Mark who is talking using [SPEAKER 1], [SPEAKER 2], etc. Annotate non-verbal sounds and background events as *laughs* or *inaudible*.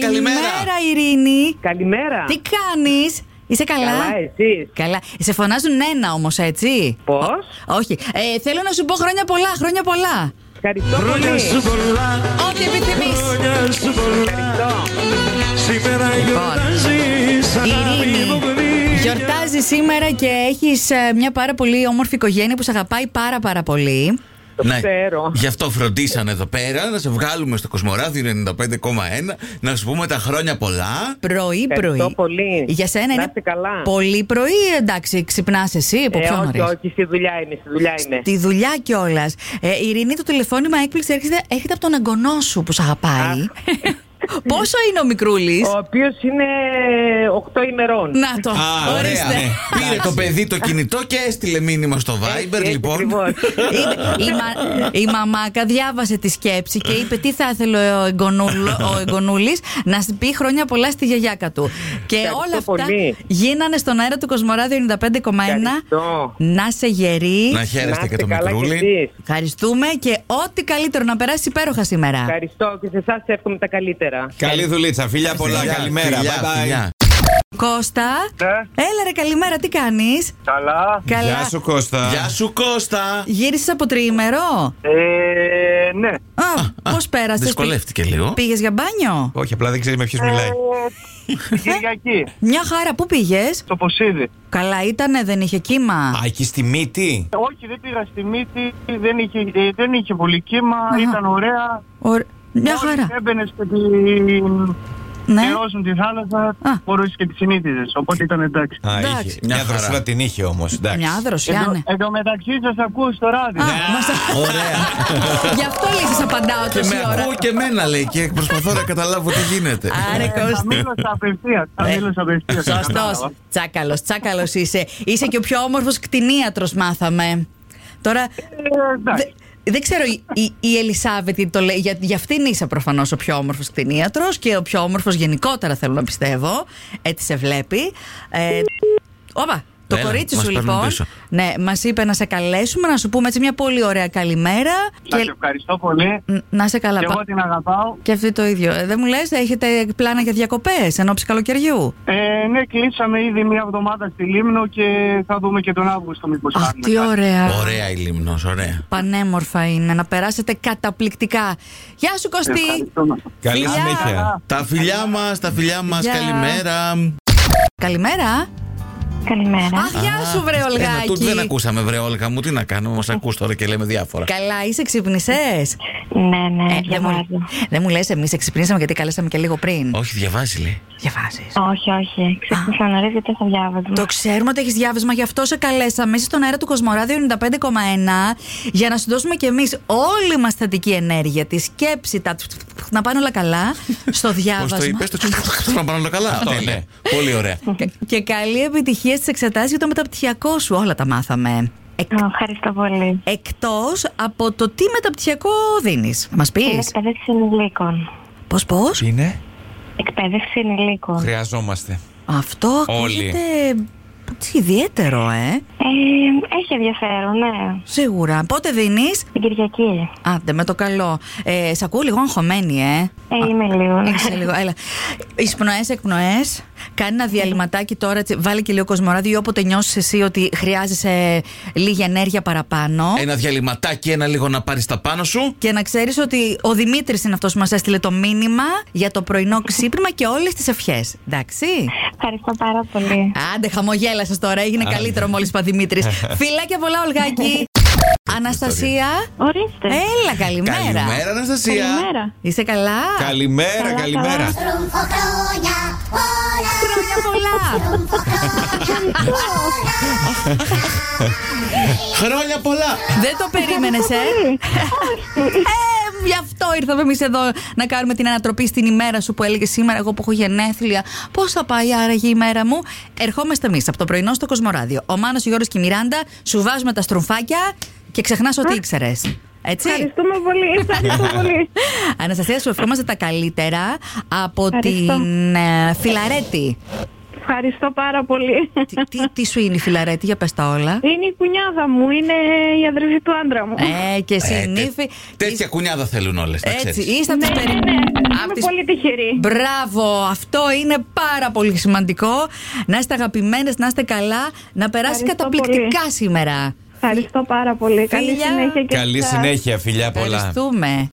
[SPEAKER 1] Καλημέρα.
[SPEAKER 2] Ειρήνη.
[SPEAKER 3] Καλημέρα.
[SPEAKER 2] Τι κάνεις Είσαι καλά.
[SPEAKER 3] Καλά, ε. εσύ.
[SPEAKER 2] Καλά. Σε φωνάζουν ένα όμως, έτσι.
[SPEAKER 3] Πώς?
[SPEAKER 2] Ω- όχι. Ε, θέλω να σου πω χρόνια πολλά, χρόνια πολλά.
[SPEAKER 3] Ευχαριστώ
[SPEAKER 1] Χρόνια
[SPEAKER 3] πολύ.
[SPEAKER 1] σου πολλά.
[SPEAKER 2] Ό,τι επιθυμείς.
[SPEAKER 1] Χρόνια σου πολλά. Σήμερα γιορτάζει σαν
[SPEAKER 2] Η
[SPEAKER 1] να μην
[SPEAKER 2] Ειρήνη
[SPEAKER 1] υποκλεί.
[SPEAKER 2] γιορτάζει σήμερα και έχεις ε, μια πάρα πολύ όμορφη οικογένεια που σε αγαπάει πάρα πάρα πολύ.
[SPEAKER 3] Το ξέρω.
[SPEAKER 1] Ναι. Γι' αυτό φροντίσανε εδώ πέρα να σε βγάλουμε στο Κοσμοράδιο 95,1 να σου πούμε τα χρόνια πολλά.
[SPEAKER 2] Πρωί-πρωί.
[SPEAKER 3] Ευχαριστώ πολύ.
[SPEAKER 2] Για σένα
[SPEAKER 3] Να
[SPEAKER 2] είναι
[SPEAKER 3] είστε καλά.
[SPEAKER 2] πολύ πρωί, εντάξει. Ξυπνάς εσύ, από
[SPEAKER 3] Ε,
[SPEAKER 2] πιο
[SPEAKER 3] όχι,
[SPEAKER 2] νωρί.
[SPEAKER 3] όχι, στη δουλειά είμαι, στη δουλειά είμαι.
[SPEAKER 2] Τη δουλειά κιόλας. Ε, η Ειρήνη, το τηλεφώνημα έκπληξη έρχεται, έρχεται από τον εγγονό σου που σε αγαπάει. *laughs* Πόσο είναι ο Μικρούλης.
[SPEAKER 3] Ο οποίος είναι 8 ημερών.
[SPEAKER 2] Να το. ορίστε.
[SPEAKER 1] ναι. Πήρε το παιδί το κινητό και έστειλε μήνυμα στο Viber,
[SPEAKER 3] έτσι
[SPEAKER 1] λοιπόν.
[SPEAKER 3] ακριβώς.
[SPEAKER 2] *laughs* Είπε- η, μα, η μαμάκα διάβασε τη σκέψη και είπε τι θα ήθελε ο, εγγονούλο- ο εγγονούλης να σ- πει χρόνια πολλά στη γιαγιάκα του. Και
[SPEAKER 3] Ευχαριστώ
[SPEAKER 2] όλα αυτά
[SPEAKER 3] πολύ.
[SPEAKER 2] γίνανε στον αέρα του Κοσμοράδιο 95,1.
[SPEAKER 3] Ευχαριστώ.
[SPEAKER 2] Να σε γερή.
[SPEAKER 1] Να
[SPEAKER 3] Να
[SPEAKER 1] χαίρεστε και το
[SPEAKER 3] είστε καλά κι
[SPEAKER 1] μικρούλι.
[SPEAKER 3] εσείς.
[SPEAKER 2] Ευχαριστούμε και ό,τι καλύτερο να περάσει υπέροχα σήμερα.
[SPEAKER 3] Ευχαριστώ και σε εσάς εύχομαι τα καλύτερα.
[SPEAKER 4] Καλή δουλίτσα. Φιλιά πολλά.
[SPEAKER 1] Φιλιά,
[SPEAKER 4] Καλημέρα.
[SPEAKER 1] φιλιά,
[SPEAKER 4] Bye bye.
[SPEAKER 1] φιλιά.
[SPEAKER 2] Κώστα.
[SPEAKER 5] Ναι.
[SPEAKER 2] Έλα ρε καλημέρα, τι κάνεις.
[SPEAKER 5] Καλά.
[SPEAKER 2] Καλά.
[SPEAKER 4] Γεια σου Κώστα.
[SPEAKER 1] Γεια σου Κώστα.
[SPEAKER 2] Γύρισες από τριήμερο.
[SPEAKER 5] Ε, ναι.
[SPEAKER 2] Α, πώς πέρασες.
[SPEAKER 1] δυσκολεύτηκε λίγο.
[SPEAKER 2] Πήγες για μπάνιο.
[SPEAKER 4] Όχι, απλά δεν ξέρει με ποιου μιλάει.
[SPEAKER 5] Την Ε, Κυριακή.
[SPEAKER 2] Μια χαρά, πού πήγες.
[SPEAKER 5] Στο Ποσίδι.
[SPEAKER 2] Καλά ήτανε, δεν είχε κύμα.
[SPEAKER 4] Α, εκεί στη μύτη.
[SPEAKER 5] Όχι, δεν πήγα στη μύτη. Δεν είχε, ε, δεν είχε πολύ κύμα. Ήταν ωραία.
[SPEAKER 2] Ωρα- Μια χαρά.
[SPEAKER 5] Έμπαινες και την.
[SPEAKER 2] Ναι.
[SPEAKER 5] Κυρώσουν τη θάλασσα,
[SPEAKER 2] Α.
[SPEAKER 5] μπορούσες και τη συνείδησε. Οπότε ήταν εντάξει.
[SPEAKER 4] Α,
[SPEAKER 2] Εντάξει.
[SPEAKER 4] είχε.
[SPEAKER 1] Μια
[SPEAKER 4] Μια
[SPEAKER 1] χαρά.
[SPEAKER 4] δροσούλα την είχε όμως.
[SPEAKER 2] Μια δροσιά, ναι.
[SPEAKER 5] Εν τω μεταξύ σας ακούω στο ράδιο.
[SPEAKER 2] Α, μας...
[SPEAKER 1] Ωραία.
[SPEAKER 2] Γι' αυτό λέει σας απαντάω
[SPEAKER 1] Και
[SPEAKER 2] τόση
[SPEAKER 1] με
[SPEAKER 2] ώρα.
[SPEAKER 1] ακούω και εμένα λέει και προσπαθώ να καταλάβω τι γίνεται.
[SPEAKER 2] Άρε
[SPEAKER 5] Ε, Θα
[SPEAKER 2] Κώστα. Ε,
[SPEAKER 5] μίλωσα απευθεία. Θα μίλωσα απευθεία.
[SPEAKER 2] Σωστός. Τσάκαλος, τσάκαλος είσαι. Είσαι και ο πιο όμορφος κτηνίατρος μάθαμε. Τώρα,
[SPEAKER 5] Ε, εντάξει.
[SPEAKER 2] δε- δεν ξέρω, η, η, η Ελισάβετ τι το λέει, για, για αυτήν είσαι προφανώς ο πιο όμορφος κτηνίατρος και ο πιο όμορφος γενικότερα θέλω να πιστεύω, έτσι σε βλέπει. Ε, όπα, το
[SPEAKER 1] Έλα,
[SPEAKER 2] κορίτσι
[SPEAKER 1] μας
[SPEAKER 2] σου
[SPEAKER 1] παίρνουν
[SPEAKER 2] λοιπόν,
[SPEAKER 1] πίσω.
[SPEAKER 2] ναι, μας είπε να σε καλέσουμε, να σου πούμε έτσι μια πολύ ωραία καλημέρα
[SPEAKER 5] Σα ευχαριστώ πολύ.
[SPEAKER 2] Ν- Να είσαι καλά.
[SPEAKER 5] Και
[SPEAKER 2] Ναι, πα-
[SPEAKER 5] εγώ την αγαπάω.
[SPEAKER 2] Και αυτή το ίδιο. Ε, δεν μου λες, έχετε πλάνα για διακοπές εν ώψη καλοκαιριού.
[SPEAKER 5] Ε, ναι, κλείσαμε ήδη μία εβδομάδα στη Λίμνο και θα δούμε και τον Αύγουστο μήπως
[SPEAKER 2] Αχ,
[SPEAKER 5] κάνουμε.
[SPEAKER 2] τι
[SPEAKER 5] κάτι.
[SPEAKER 2] ωραία.
[SPEAKER 1] Ωραία η λίμνος, ωραία.
[SPEAKER 2] Πανέμορφα είναι. Να περάσετε καταπληκτικά. Γεια σου, Κωστή.
[SPEAKER 5] Ευχαριστούμε.
[SPEAKER 4] Καλή
[SPEAKER 2] Φιλιά.
[SPEAKER 4] συνέχεια.
[SPEAKER 1] Τα φιλιά μας, τα φιλιά μας,
[SPEAKER 2] Γεια.
[SPEAKER 1] καλημέρα.
[SPEAKER 2] Καλημέρα.
[SPEAKER 6] Καλημέρα.
[SPEAKER 2] Αχ, γεια σου, βρε
[SPEAKER 1] Ένα τούτ δεν
[SPEAKER 2] Ολγάκη.
[SPEAKER 1] ακούσαμε, βρε Όλγα μου. Τι να κάνουμε, μας ακούς τώρα και λέμε διάφορα.
[SPEAKER 2] Καλά, είσαι ξυπνησέ.
[SPEAKER 6] Ναι, ναι,
[SPEAKER 2] δεν μου,
[SPEAKER 6] διαβάζω.
[SPEAKER 2] δεν μου λες, εμείς ξυπνήσαμε γιατί καλέσαμε και λίγο πριν.
[SPEAKER 1] Όχι, διαβάζει λέει.
[SPEAKER 2] Διαβάζεις.
[SPEAKER 6] Όχι, όχι. Ξύπνησα νωρίς γιατί είχα διάβασμα.
[SPEAKER 2] Το ξέρουμε ότι έχεις διάβασμα, γι' αυτό σε καλέσαμε. Είσαι στον αέρα του Κοσμοράδιο 95,1 για να σου δώσουμε κι εμείς όλη μας θετική ενέργεια, τη σκέψη, τα. να πάνε όλα καλά στο
[SPEAKER 1] Πώς
[SPEAKER 2] διάβασμα.
[SPEAKER 1] το είπε, το τσου- να πάνε όλα καλά.
[SPEAKER 4] Αυτό,
[SPEAKER 1] Τέλεια.
[SPEAKER 4] ναι.
[SPEAKER 1] Πολύ ωραία.
[SPEAKER 2] Και- Και καλή επιτυχία στις εξετάσεις για το μεταπτυχιακό σου. Όλα τα μάθαμε. Εκ,
[SPEAKER 6] Α, Ευχαριστώ πολύ.
[SPEAKER 2] Εκτός από το τι μεταπτυχιακό δίνεις. Μας
[SPEAKER 6] Είναι
[SPEAKER 2] πει.
[SPEAKER 6] εκπαίδευση ενηλίκων.
[SPEAKER 2] Πώς, πώς.
[SPEAKER 4] Τι είναι.
[SPEAKER 6] Εκπαίδευση ενηλίκων.
[SPEAKER 4] Χρειαζόμαστε.
[SPEAKER 2] Αυτό
[SPEAKER 4] Όλοι.
[SPEAKER 2] ακούγεται. έτσι ιδιαίτερο, ε.
[SPEAKER 6] Ε, έχει ενδιαφέρον, ναι.
[SPEAKER 2] Σίγουρα. Πότε δίνεις.
[SPEAKER 6] Την Κυριακή.
[SPEAKER 2] Άντε, με το καλό. Ε, σ' ακούω λίγο αγχωμένη, ε.
[SPEAKER 6] Ε, είμαι λίγο. ναι.
[SPEAKER 2] Έξε λίγο, έλα. Εισπνοέ, εκπνοέ. Κάνει ένα διαλυματάκι τώρα. έτσι, Βάλε και λίγο κοσμοράδιο όποτε νιώσεις εσύ ότι χρειάζεσαι λίγη ενέργεια παραπάνω.
[SPEAKER 1] Ένα διαλυματάκι, ένα λίγο να πάρεις τα πάνω σου.
[SPEAKER 2] Και να ξέρεις ότι ο Δημήτρης είναι αυτός που μας έστειλε το μήνυμα για το πρωινό ξύπνημα και όλες τις ευχές. Εντάξει.
[SPEAKER 6] Ευχαριστώ πάρα πολύ.
[SPEAKER 2] Άντε, χαμογέλασες τώρα. Έγινε καλύτερο μόλις είπα Δημήτρης. Φιλάκια πολλά, Ολγάκη. Αναστασία.
[SPEAKER 6] Ορίστε.
[SPEAKER 2] Έλα, καλημέρα.
[SPEAKER 1] Καλημέρα, Αναστασία.
[SPEAKER 6] Καλημέρα.
[SPEAKER 2] Είσαι καλά.
[SPEAKER 4] Καλημέρα,
[SPEAKER 6] Καλά,
[SPEAKER 4] καλημέρα.
[SPEAKER 7] Τρούμφο χρόνια πολλά.
[SPEAKER 2] Χρόνια πολλά.
[SPEAKER 7] Τρούμφο χρόνια πολλά.
[SPEAKER 1] Χρόνια πολλά.
[SPEAKER 2] Δεν το περίμενες, ε. *laughs* ε. Γι' αυτό ήρθαμε εμείς εδώ να κάνουμε την ανατροπή στην ημέρα σου που έλεγε σήμερα. Εγώ που έχω γενέθλια. Πώς θα πάει άραγε η μέρα μου. Ερχόμαστε εμείς από το πρωινό στο Κοσμοράδιο. Ο Μάνος, ο Γιώργος και η Μιράντα σου βάζουμε τα στροφάκια και ξεχνάς ό,τι ήξερες. Έτσι.
[SPEAKER 3] Ευχαριστούμε πολύ. Ευχαριστώ
[SPEAKER 2] *laughs*
[SPEAKER 3] πολύ.
[SPEAKER 2] Αναστασία, σου ευχόμαστε τα καλύτερα από
[SPEAKER 6] Ευχαριστώ.
[SPEAKER 2] την ε, Φιλαρέτη.
[SPEAKER 6] Ευχαριστώ πάρα πολύ.
[SPEAKER 2] τι, τι, τι σου είναι η φιλαρέτη, για πες τα όλα.
[SPEAKER 6] Είναι η κουνιάδα μου, είναι η αδερφή του άντρα μου.
[SPEAKER 2] Ε, και εσύ
[SPEAKER 1] Ε, τε-
[SPEAKER 2] νύφη.
[SPEAKER 1] Τέτοια κουνιάδα θέλουν όλες.
[SPEAKER 2] Έτσι, είστε από
[SPEAKER 6] ναι,
[SPEAKER 2] τις περι-
[SPEAKER 6] ναι, ναι.
[SPEAKER 2] απ'
[SPEAKER 6] Είμαι
[SPEAKER 2] τις-
[SPEAKER 6] πολύ τυχερή.
[SPEAKER 2] Μπράβο, αυτό είναι πάρα πολύ σημαντικό. Να είστε αγαπημένες, να είστε καλά, να περάσει
[SPEAKER 6] Ευχαριστώ
[SPEAKER 2] καταπληκτικά σήμερα.
[SPEAKER 6] Ευχαριστώ πάρα πολύ. Καλή
[SPEAKER 2] Φιλιά.
[SPEAKER 6] συνέχεια και
[SPEAKER 4] Καλή
[SPEAKER 6] σας.
[SPEAKER 4] συνέχεια, φιλιά πολλά.
[SPEAKER 2] Ευχαριστούμε.